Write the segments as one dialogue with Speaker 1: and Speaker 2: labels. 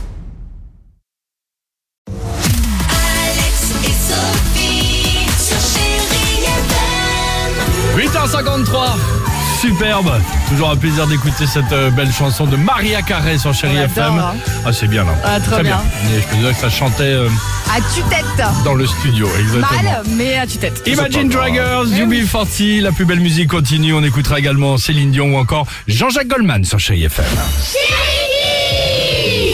Speaker 1: Alex et Sophie sur Chérie FM.
Speaker 2: 8h53 Superbe Toujours un plaisir d'écouter cette euh, belle chanson de Maria Carré sur Chéri
Speaker 3: On adore,
Speaker 2: FM.
Speaker 3: hein.
Speaker 2: Ah c'est bien là.
Speaker 3: Ah, trop
Speaker 2: Très
Speaker 3: bien.
Speaker 2: Et je peux dire que ça chantait euh,
Speaker 3: À tue-tête.
Speaker 2: dans le studio, exactement.
Speaker 3: Mal, Eh mais à tue-tête.
Speaker 2: Imagine Dragons, UB40, la plus belle musique continue. On écoutera également Céline Dion ou encore Jean-Jacques Goldman sur Chéri FM.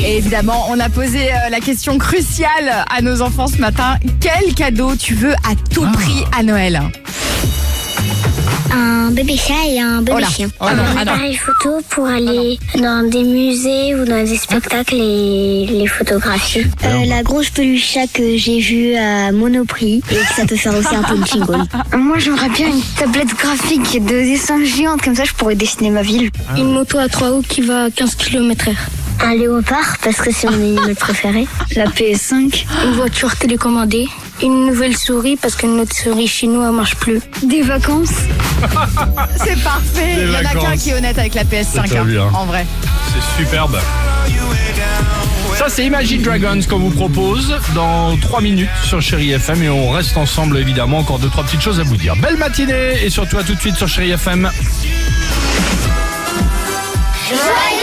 Speaker 3: Et évidemment, on a posé euh, la question cruciale à nos enfants ce matin. Quel cadeau tu veux à tout
Speaker 2: Ah.
Speaker 3: prix à Noël
Speaker 4: Un bébé chat et un bébé
Speaker 3: Oh là.
Speaker 4: chien.
Speaker 3: Oh non,
Speaker 4: un
Speaker 3: ah non.
Speaker 4: appareil photo pour aller dans des musées ou dans des spectacles et les photographies. Euh, la grosse peluche chat que j'ai vue à Monoprix et que ça peut faire aussi un punching ball. Euh, Moi j'aimerais bien une tablette graphique de dessin géante, comme ça je pourrais dessiner ma ville. Une moto à trois roues qui va à 15 km/h. Un léopard, parce que c'est mon animal préféré. La PS5. Une voiture télécommandée. Une nouvelle souris, parce que notre souris chinoise marche plus. Des vacances.
Speaker 3: C'est parfait.
Speaker 2: Des
Speaker 3: Il y en a
Speaker 2: vacances.
Speaker 3: qu'un qui est honnête avec la PS5.
Speaker 2: C'est
Speaker 3: hein,
Speaker 2: bien.
Speaker 3: En vrai.
Speaker 2: C'est superbe. Ça, c'est Imagine Dragons qu'on vous propose dans 3 minutes sur Chéri FM et on reste ensemble évidemment. Encore deux trois petites choses à vous dire. Belle matinée et surtout à tout de suite sur Chéri FM.
Speaker 1: Joyeux